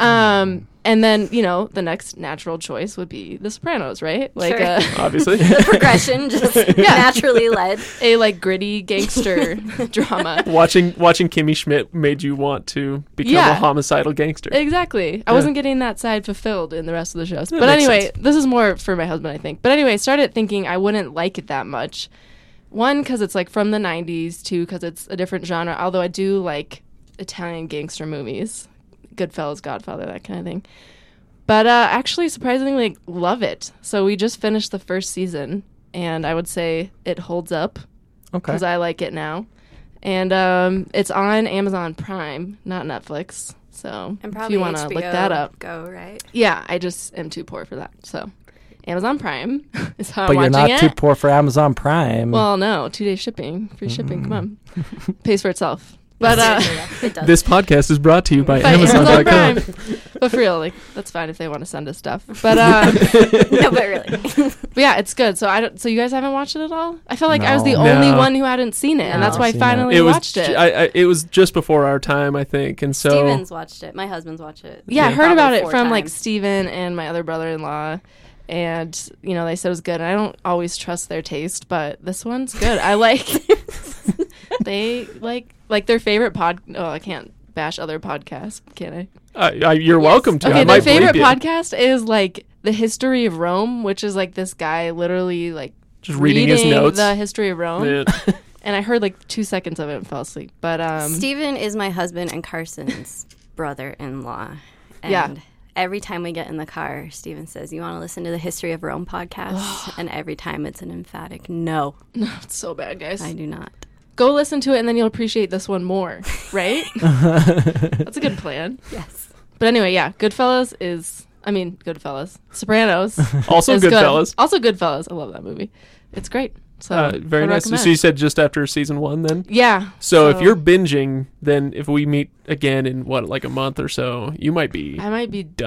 Um, and then, you know, the next natural choice would be The Sopranos, right? Like,
Sure.
uh,
obviously.
the progression just naturally led.
a like gritty gangster drama.
watching watching Kimmy Schmidt made you want to become a
Yeah.
homicidal gangster.
Exactly. I wasn't getting that side fulfilled in the rest of the shows. but
makes
anyway,
sense.
this is more for my husband, I think. But anyway, I started thinking I wouldn't like it that much. One, because it's like from the 90s. Two, because it's a different genre. Although I do like Italian gangster movies, Goodfellas, Godfather, that kind of thing. But uh, actually, surprisingly, love it. So we just finished the first season, and I would say it holds up
Okay.
because I like it now. And um, it's on Amazon Prime, not Netflix. So
And
if
probably
you want to
HBO
look that up,
Go right.
yeah, I just am too poor for that. So Amazon Prime is how
But
I'm
you're
watching
not
it.
too poor Mm-hmm. for Amazon Prime.
Well, no, two day shipping, free shipping. Come on, pays for itself. But uh,
Yeah, it does.
This podcast is brought to you by
by Amazon
Amazon.com.
Prime. but for real, like that's fine if they want to send us stuff. But uh,
no, but really,
But yeah, it's good. So I don't. So you guys haven't watched it at all? I felt like I was the
No.
only
No.
one who hadn't seen it, and that's
No.
why I
Seen it.
finally
It was
watched it.
ju- I, I, it was just before our time, I think, and so
Steven's watched it. My husband's watched it.
yeah, I heard
probably
about it
four
from like
times.
Steven and my other brother-in-law. And you know they said it was good. And I don't always trust their taste, but this one's good. I like. they like like their favorite pod. Oh, I can't bash other podcasts, can I?
I, I, you're welcome to. I
Okay, my
might
favorite
bleep you.
podcast is like the history of Rome, which is like this guy literally like
Just reading his notes.
the history of Rome.
Yeah.
And I heard like two seconds of it and fell asleep. But um,
Steven is my husband and Carson's brother-in-law. And
Yeah.
Every time we get in the car, Steven says, "You want to listen to the History of Rome podcast?" and every time it's an emphatic no.
it's so bad, guys.
I do not.
Go listen to it, and then you'll appreciate this one more, right? That's a good plan.
Yes.
But anyway, yeah, Goodfellas is. I mean, Goodfellas, Sopranos.
also,
is good.
Goodfellas.
Also, Goodfellas. I love that movie. It's great. So
Uh, very
I'd
nice.
recommend.
So you said just after season one, then.
yeah.
So, if you're binging, then if we meet again in what like a month or so, you might be.
I might be
Done.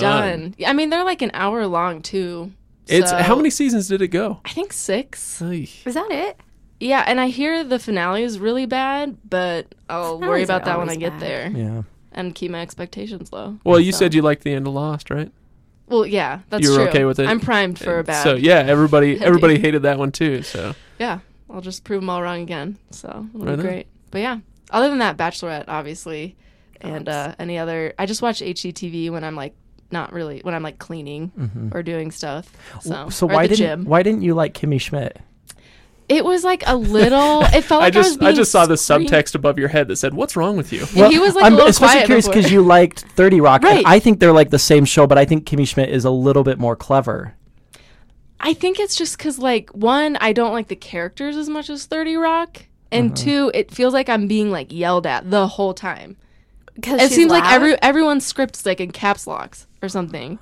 done. I mean, they're like an hour long too.
it's
so-
how many seasons did it go?
I think six.
Is that it?
Yeah, and I hear the finale is really bad, but I'll
Finales
worry about
are
that when I
always
get
bad.
there
yeah.
and keep my expectations low.
Well, you
So-
said you liked the end of Lost, right?
Well, yeah, that's
You were
true.
okay with it?
I'm primed for a bad.
So yeah, everybody everybody hated that one too. So
yeah, I'll just prove them all wrong again. So it'll
Right on.
be great. But yeah, other than that, Bachelorette, obviously, and uh, any other. I just watch HGTV when I'm like not really when I'm like cleaning
Mm-hmm.
or doing stuff. So,
So
or at
why
the
didn't
gym.
why didn't you like Kimmy Schmidt?
it was like a little. It felt like
I just
was
I
being
just saw the
screened-
subtext above your head that said, "What's wrong with you?"
Yeah, he was like
I'm
a little
especially
quiet
curious
before.
because you liked 30 Rock. and
Right.
I think they're like the same show, but I think Kimmy Schmidt is a little bit more clever.
I think it's just because, like, one, I don't like the characters as much as 30 Rock. And
Mm-hmm.
two, it feels like I'm being like yelled at the whole time.
Because
It seems like every everyone's scripts like in caps locks or something.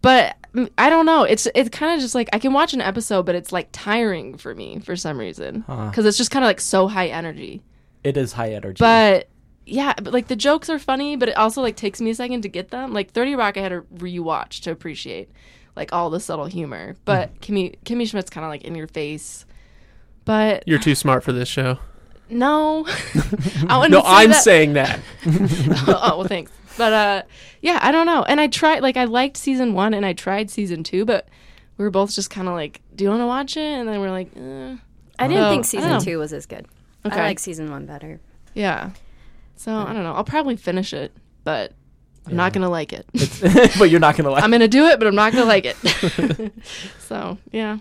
But mm, I don't know. It's it's kind of just like I can watch an episode, but it's like tiring for me for some reason because it's just kind of like so high energy.
It is high energy.
But yeah, but like the jokes are funny, but it also like takes me a second to get them. Like Thirty Rock, I had to rewatch to appreciate like all the subtle humor. But
Mm.
Kimmy Kimmy Schmidt's kind of like in your face. But
You're too smart for this show.
no, I wouldn't
No,
say
I'm
that.
saying that.
oh well, thanks. But uh, yeah, I don't know. And I tried like I liked season one and I tried season two, but we were both just kind of like, do you want to watch it? And then we're like, eh.
I didn't
Oh,
think
I
season
don't know.
two was as good.
Okay.
I like season one better.
yeah. So I don't know. I'll probably finish it, but I'm not gonna like it.
but you're not gonna like.
I'm gonna do it, but I'm not gonna like it. so yeah.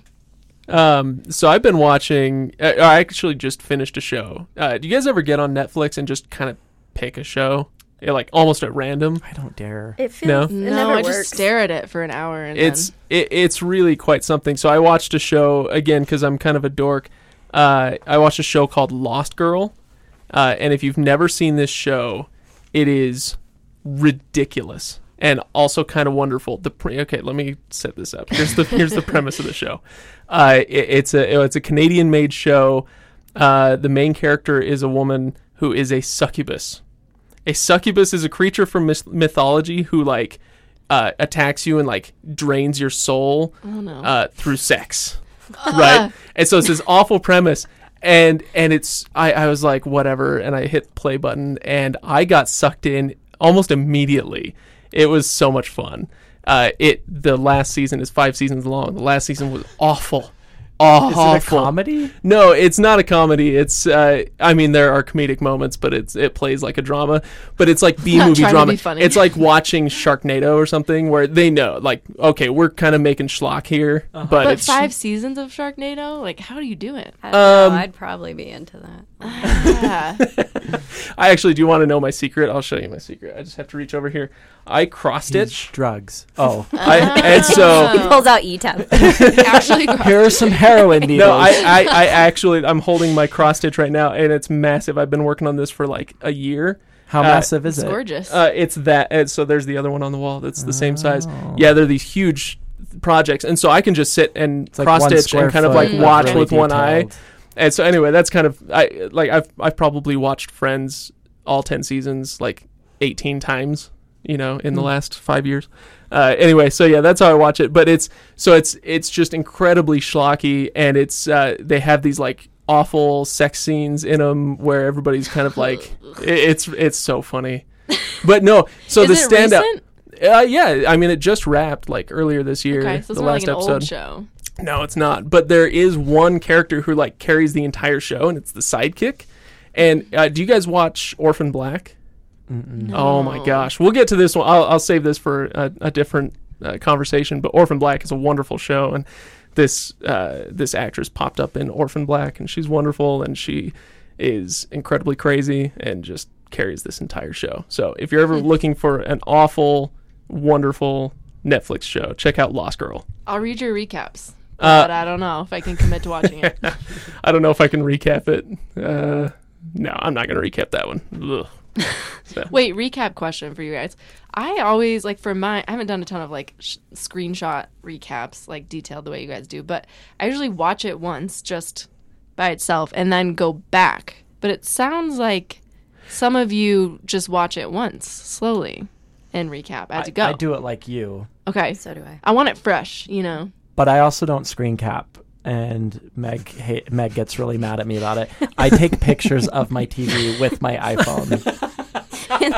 Um, so I've been watching. Uh, I actually just finished a show. Uh, do you guys ever get on Netflix and just kind of pick a show, yeah, like almost at random?
I don't dare.
It feels
No?
it
No,
never
I
works.
just stare at it for an hour and
It's
then,
it, it's really quite something. So I watched a show again because I'm kind of a dork. Uh, I watched a show called Lost Girl, uh, and if you've never seen this show, it is ridiculous and also kind of wonderful. The pre- okay, let me set this up. Here's the here's the premise of the show. Uh, it, it's a it's a Canadian made show. Uh, the main character is a woman who is a succubus. A succubus is a creature from myth- mythology who like uh, attacks you and like drains your soul
oh no.
uh, through sex, right? And so it's this awful premise, and and it's I, I was like whatever, and I hit play button, and I got sucked in almost immediately. It was so much fun. Uh, it the last season is five seasons long. The last season was awful,
Is
awful.
it a comedy?
No, it's not a comedy. It's uh, I mean there are comedic moments, but it's it plays like a drama. But it's like B movie
trying to
drama.
be funny.
It's like watching Sharknado or something where they know like okay we're kind of making schlock here, but,
but
it's
five seasons of Sharknado, like how do you do it?
I don't know,
Um,
I'd probably be into that.
Yeah.
I actually do want to know my secret. I'll show you my secret. I just have to reach over here. I cross stitch.
Drugs. Oh,
I, and so
He pulls out ETAP.
Actually,
here are some heroin needles.
no, I, I, I actually I'm holding my cross stitch right now, and it's massive. I've been working on this for like a year.
How
uh,
massive is
it's
it?
gorgeous.
Uh, it's that. And so there's the other one on the wall that's the same size.
Oh.
Yeah, they're these huge projects, and so I can just sit and
like
cross
one
stitch and
square
kind of
foot
like
of
watch
really
with one eye.
detailed.
And so anyway, that's kind of I like I've I've probably watched Friends all ten seasons like eighteen times, you know, in
Hmm.
the last five years. Uh, anyway, so yeah, that's how I watch it. But it's so it's it's just incredibly schlocky, and it's uh, they have these like awful sex scenes in them where everybody's kind of like i it's it's so funny. But no, so
Is
the
it
standout.
recent?
Uh, yeah, I mean, it just wrapped like earlier this year.
Okay, so it's
the
not
last
like an
episode.
old show.
No, it's not. But there is one character who like carries the entire show, and it's the sidekick. And uh, do you guys watch Orphan Black? Oh my gosh, we'll get to this one. I'll, I'll save this for a, a different uh, conversation. But Orphan Black is a wonderful show, and this uh, this actress popped up in Orphan Black, and she's wonderful, and she is incredibly crazy, and just carries this entire show. So if you're ever looking for an awful, wonderful Netflix show, check out Lost Girl.
I'll read your recaps,
Uh,
but I don't know if I can commit to watching it.
I don't know if I can recap it. Uh, no, I'm not gonna recap that one. Ugh.
Wait, recap question for you guys. I always like for my I haven't done a ton of like sh- screenshot recaps like detailed the way you guys do, but I usually watch it once just by itself and then go back. But it sounds like some of you just watch it once slowly and recap as you go.
I do it like you,
Okay.
so do I.
I want it fresh, you know.
but I also don't screen cap. And Meg hate, Meg gets really mad at me about it. I take pictures of my TV with my iPhone.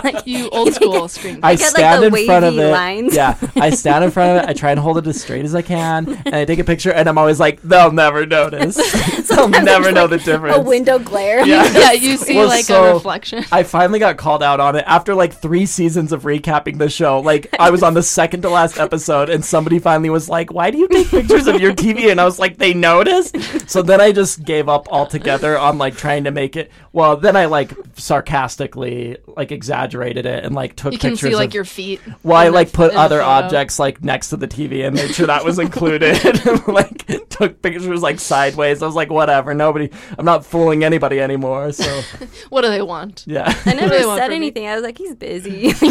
like,
You old school screen.
I
got, like,
stand
the
in front of
wavy
it.
lines.
Yeah, I stand in front of it. I try and hold it as straight as I can, and I take a picture. And I'm always like, they'll never notice. they'll
Sometimes
never
it's
know
like
the difference.
A window glare.
yeah, you see
Well,
like
so-
a reflection.
I finally got called out on it after like three seasons of recapping the show. Like I was on the second to last episode, and somebody finally was like, "Why do you take pictures of your TV?" And I was like, "They noticed." So then I just gave up altogether on like trying to make it. Well, then I like sarcastically like exaggerated it and like took
You can
pictures.
see like
of,
your feet.
well, I
in the-
like put
in the
other
photo.
objects like next to the TV and made sure that was included. and, like took pictures like sideways. I was like, whatever, nobody. I'm not fooling anybody anymore. So
What do they want?
yeah.
I never
Really want
said
for me.
anything. I was like, he's busy.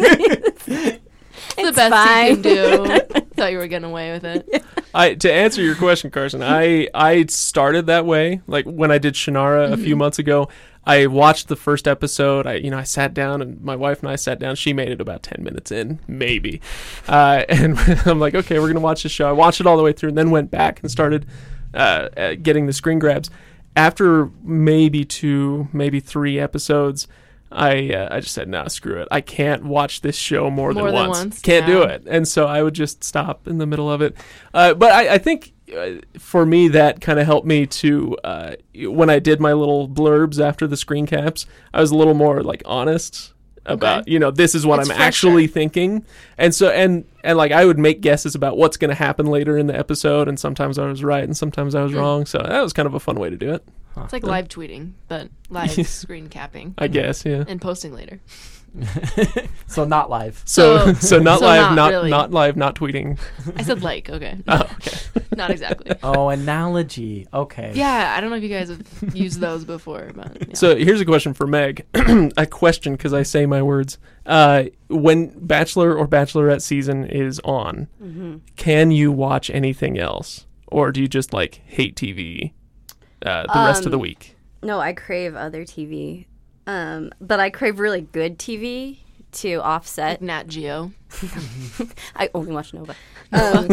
It's the best
fine.
you can do. Thought you were getting away with it.
I to answer your question, Carson, I I started that way. Like when I did Shannara a few
Mm-hmm.
months ago, I watched the first episode. I you know I sat down and my wife and I sat down. She made it about ten minutes in, maybe, uh, and I'm like, okay, we're gonna watch the show. I watched it all the way through and then went back and started uh, uh, getting the screen grabs. After maybe two, maybe three episodes. I uh, I just said no, screw it. I can't watch this show more,
More than
once.
once,
Can't do
yeah.
it it. And so I would just stop in the middle of it. Uh, but I, I think uh, for me, that kind of helped me to, uh, when I did my little blurbs after the screen caps, I was a little more like honest about you know this is what
It's
i'm
fresher.
actually thinking and so and and like i would make guesses about what's going to happen later in the episode and sometimes i was right and sometimes i was
Mm.
wrong so that was kind of a fun way to do it
It's like live tweeting, but live screen capping
i guess yeah
Mm-hmm. and posting later.
So not live.
so
So-
so not
so
live
not
not
really.
not live not tweeting
I said like, okay.
Oh,
Not exactly.
Oh, analogy. Okay.
Yeah, I don't know if you guys have used those before, but yeah.
So here's a question for Meg. a question because I say my words. Uh, when Bachelor or Bachelorette season is on,
Mm-hmm.
can you watch anything else, or do you just like hate TV uh, the rest
Um,
of the week?
No, I crave other TV, um, but I crave really good TV to offset.
Nat Geo.
I only watch Nova. Um,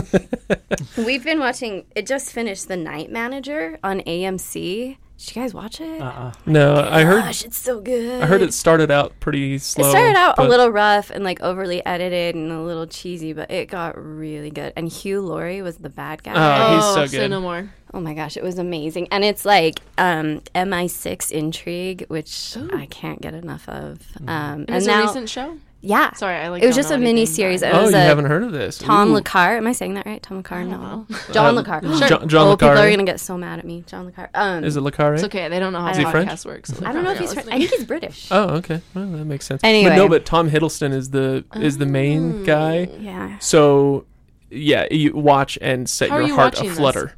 we've been watching. It just finished The Night Manager on AMC. Did you guys watch it?
Uh-uh.
No, Uh, I heard.
Gosh, it's so good.
I heard it started out pretty slow.
It started out a
but-
little rough and like overly edited and a little cheesy, but it got really good. And Hugh Laurie was the bad guy.
Oh, he's so
say
good.
no more.
Oh my gosh, it was amazing. And it's like um, MI6 intrigue, which I can't get enough of.
Mm.
Um,
It was
and now,
a recent show.
yeah,
Sorry, I like.
it was
don't
just
know
a
anything,
mini series.
but-
It
Oh,
was
you
a
haven't heard of this?
Tom
Ooh.
LaCar. Am I saying that right? Tom LaCar
Oh,
novel. John LaCar.
Uh, John- John
oh, people
LeCar.
are gonna get so mad at me. John LaCar. Um,
Is it Lacare?
It's okay. They don't know how
Is
he
podcasts
French?
work. So
I don't know if he's. Fr- I think he's British.
Oh, okay. Well, that makes sense. but
Anyway. Oh.
no, but Tom Hiddleston is the is the
Hmm.
main guy.
yeah.
So, yeah, you watch and set
How are
your
you
heart
watching this?
aflutter.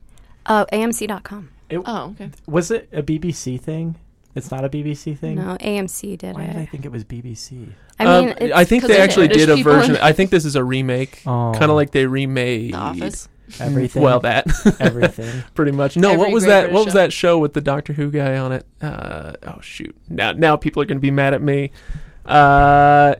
Oh, AMC.com.
Oh, okay.
Was it a BBC thing? It's not a BBC thing.
No, AMC did
Why did I
it.
think it was BBC?
I
Um,
mean, it's
I think
'cause
they
there's
actually
British
did a
people
version.
in-
I think this is a remake,
Oh.
kind of like they remade
The Office.
Everything.
Well, that
everything.
pretty much. No, what
Every
was
great
that?
British
what was
show.
that show with the Doctor Who guy on it? Uh, oh shoot! Now, now people are going to be mad at me. Uh,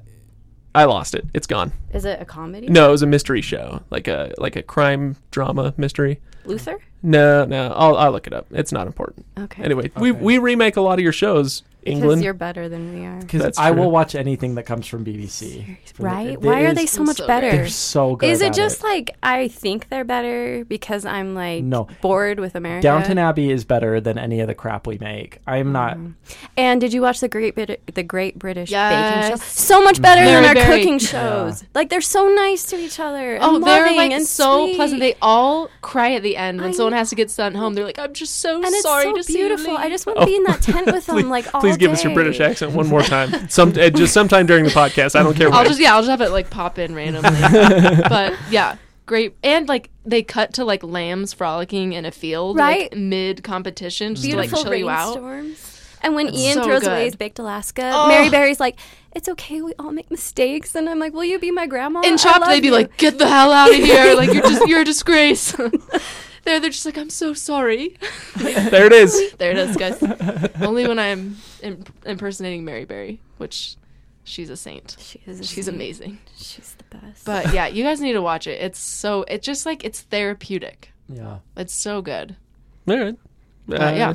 I lost it. It's gone.
is it a comedy?
No, it was a mystery show, like a like a crime drama mystery.
Luther.
No, no, I'll I'll look it up. It's not important.
Okay.
Anyway, we we remake a lot of your shows,
Because
England.
you're better than we are.
That's
Because I
true.
will watch anything that comes from BBC.
Right?
It- it
Why are
is-
they so
I'm
much
so
better?
They're so good.
Is it
about
just like I think they're better because I'm like
No.
bored with America?
Downton Abbey is better than any of the crap we make. I'm not.
Mm.
And did you watch the Great Brit- the Great British Baking
Yes.
Show? So much better
Mary
than our
Berry.
cooking shows. Like they're so nice to each other.
Oh,
and
they're
loving
like
and
so
sweet.
pleasant. They all cry at the end when
I
someone
know.
has to get sent home. They're like, "I'm just so
and it's
sorry
so
to see you."
beautiful.
leave."
I just want to be in that tent with them,
Oh, Please-
like all
Please give us your
day.
British accent one more time. Some uh, just sometime during the podcast. I don't care.
I'll
when.
just yeah, I'll just have it like pop in randomly. but yeah, great. And like they cut to like lambs frolicking in a field, like,
Right?
mid competition, just to like
beautiful
chill you out.
rainstorms. And when Ian
so
throws
good.
away his baked Alaska,
Oh.
Mary Berry's like, "It's okay, we all make mistakes." And I'm like, "Will you be my grandma?" Oh, I
In chopped,
love
they'd be
you."
like, "Get the hell out of here! Like you're just you're a disgrace." there, they're just like, "I'm so sorry."
there it is.
There it is, guys. Only when I'm imp- impersonating Mary Berry, which she's a saint.
She is a
She's
saint.
amazing.
She's the best."
But yeah, you guys need to watch it. It's so it's just like it's therapeutic.
Yeah.
It's so good.
All right. Uh,
But yeah.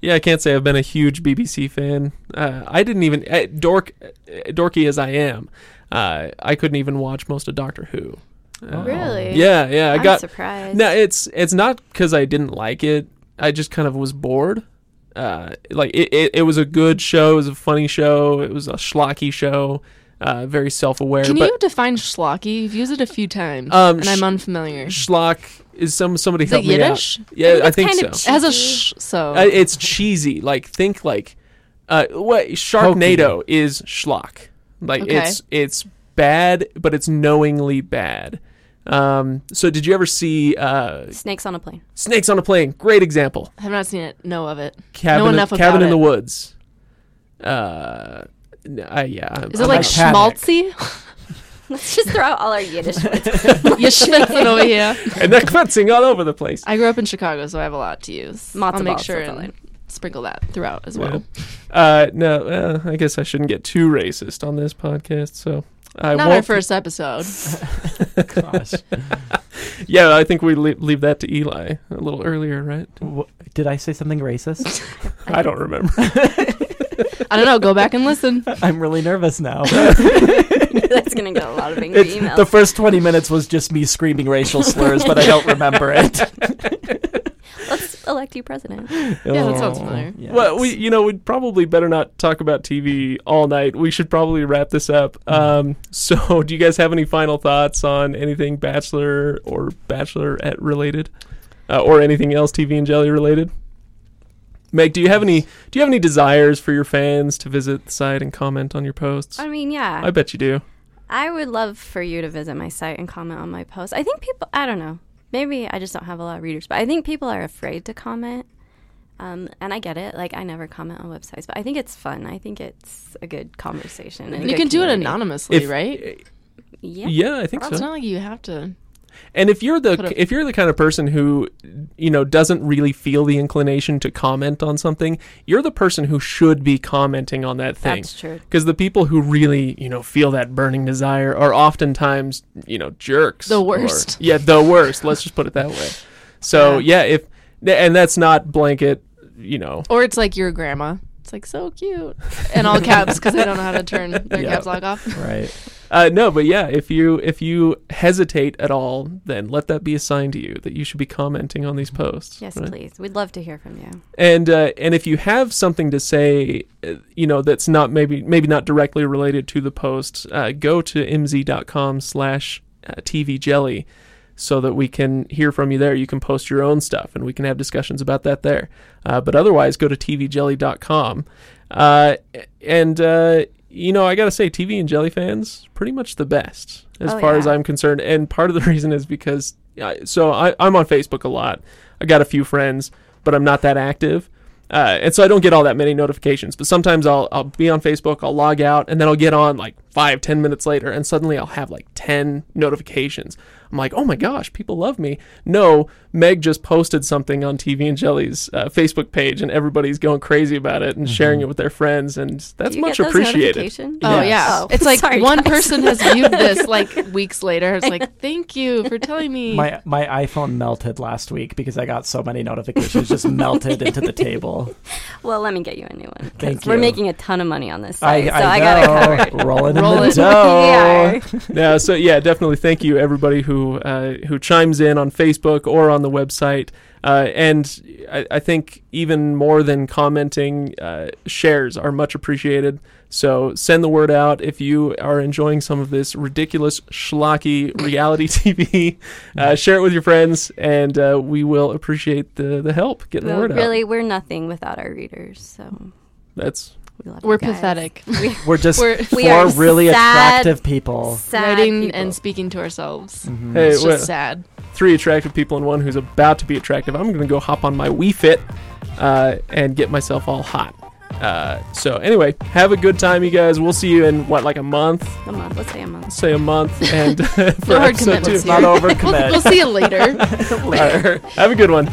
Yeah, I can't say I've been a huge BBC fan. Uh, I didn't even uh, dork, uh, dorky as I am. Uh, I couldn't even watch most of Doctor Who. Uh,
Oh, really,
Yeah, yeah. I
I'm
got
surprised.
no. It's it's not because I didn't like it. I just kind of was bored. Uh, like it, it, it was a good show. It was a funny show. It was a schlocky show. Uh, very self aware.
Can
but
you define schlocky? You've used it a few times,
Um,
and I'm
sh-
unfamiliar.
schlock is some somebody
it
help me
Yiddish?
out. Yeah, I
it's
think,
kind of
so.
it has a sh,
Cheesy.
so
Uh, it's cheesy. Like think like uh, what Sharknado is schlock. Like
Okay.
it's it's bad, but it's knowingly bad. Um, so did you ever see uh,
Snakes on a plane.
Snakes on a Plane? Great example.
I have not seen it. Know of it.
Cabin,
know
in-
enough
Cabin
about
in the
it.
Woods. Uh, n- I, yeah. I'm-
Is it
I'm
like
not-
Titanic.
schmaltzy?
Let's just throw out all our Yiddish words.
You're schmitzing over here.
and they're cleansing all over the place.
I grew up in Chicago, so I have a lot to use.
Matzo
I'll make
balls,
sure
that's all I
and sprinkle that throughout as well.
Well, uh, no, uh, I guess I shouldn't get too racist on this podcast. So I
Not
won't.
our first episode.
Gosh.
Yeah, I think we le- leave that to Eli a little earlier, right?
W- Did I say something racist?
I don't remember.
I don't know. Go back and listen.
I'm really nervous now.
That's gonna get a lot of angry
It's,
emails.
the first 20 minutes was just me screaming racial slurs, but I don't remember it.
let's elect you president.
Yeah, that
Oh,
sounds familiar.
Yes.
Well, we you know we'd probably better not talk about TV all night. We should probably wrap this up.
Mm-hmm.
Um, so, do you guys have any final thoughts on anything Bachelor or Bachelorette related, uh, or anything else TV and Jelly related? Meg, do you have any do you have any desires for your fans to visit the site and comment on your posts?
I mean, yeah.
I bet you do.
I would love for you to visit my site and comment on my posts. I think people, I don't know, maybe I just don't have a lot of readers, but I think people are afraid to comment. Um, and I get it. Like, I never comment on websites, but I think it's fun. I think it's a good conversation. And a
You
good
can do it
community.
anonymously,
If- eh,
right?
Yeah.
Yeah, I think so.
It's not like you have to.
And if you're
Put
the
a-
if you're the kind of person who you know doesn't really feel the inclination to comment on something, you're the person who should be commenting on that thing.
That's true.
Because the people who really you know feel that burning desire are oftentimes you know jerks.
The
or-
worst.
yeah, the worst. Let's just put it that way. So yeah, if and that's not blanket. You know,
Or it's like your grandma. It's like so cute in all caps because they don't know how to turn their
Yeah.
caps lock off.
Right.
uh, no, but yeah, if you if you hesitate at all, then let that be a sign to you that you should be commenting on these posts.
Yes,
right?
please. We'd love to hear from you.
and uh, and if you have something to say, uh, you know that's not maybe maybe not directly related to the post, uh, go to mz.com slash TV Jelly, so that we can hear from you there. You can post your own stuff, and we can have discussions about that there. Uh, but otherwise, go to tvjelly.com, uh, and uh, you know I gotta say, TV and Jelly fans, pretty much the best as
Oh,
far as
yeah.
I'm concerned. And part of the reason is because I, so I, I'm on Facebook a lot. I got a few friends, but I'm not that active. Uh, and so I don't get all that many notifications, but sometimes I'll, I'll be on Facebook, I'll log out, and then I'll get on like five, ten minutes later, and suddenly I'll have like 10 notifications. I'm like, oh my gosh, people love me. No, Meg just posted something on TV and Jelly's uh, Facebook page, and everybody's going crazy about it and sharing it with their friends, and that's
Do Mm-hmm. you
much
get those
appreciated.
notifications?
Oh
Yes.
yeah,
Oh,
it's like
sorry,
one
guys.
person has viewed this like weeks later. It's like thank you for telling me.
My my iPhone melted last week because I got so many notifications just melted into the table.
Well, let me get you a new one. 'cause
Thank
We're
you.
making a ton of money on this site, so I,
know.
got it covered.
Rolling
Roll
in
it.
the dough.
yeah, so yeah, definitely thank you everybody who uh, who chimes in on Facebook or on the website. Uh, and I, I think even more than commenting, uh, shares are much appreciated. So send the word out if you are enjoying some of this ridiculous schlocky reality TV. Uh, share it with your friends, and uh, we will appreciate the the help getting the
Well,
word out.
really, we're nothing without our readers, so
That's
we love you
We're
guys.
pathetic.
We're just
We're-
four
We are
really
sad-
attractive people.
Sad
Writing
people.
and speaking to ourselves.
Mm-hmm.
hey,
It's
well,
just sad.
three attractive people and one who's about to be attractive. I'm gonna go hop on my Wii Fit uh, and get myself all hot. Uh, so anyway, have a good time, you guys. We'll see you in what, like a month?
a month. Let's say a month.
Say a month, and for episode two,
hard commitments
it's
here.
not
Not over
We'll, we'll see you later.
over. Have a good one.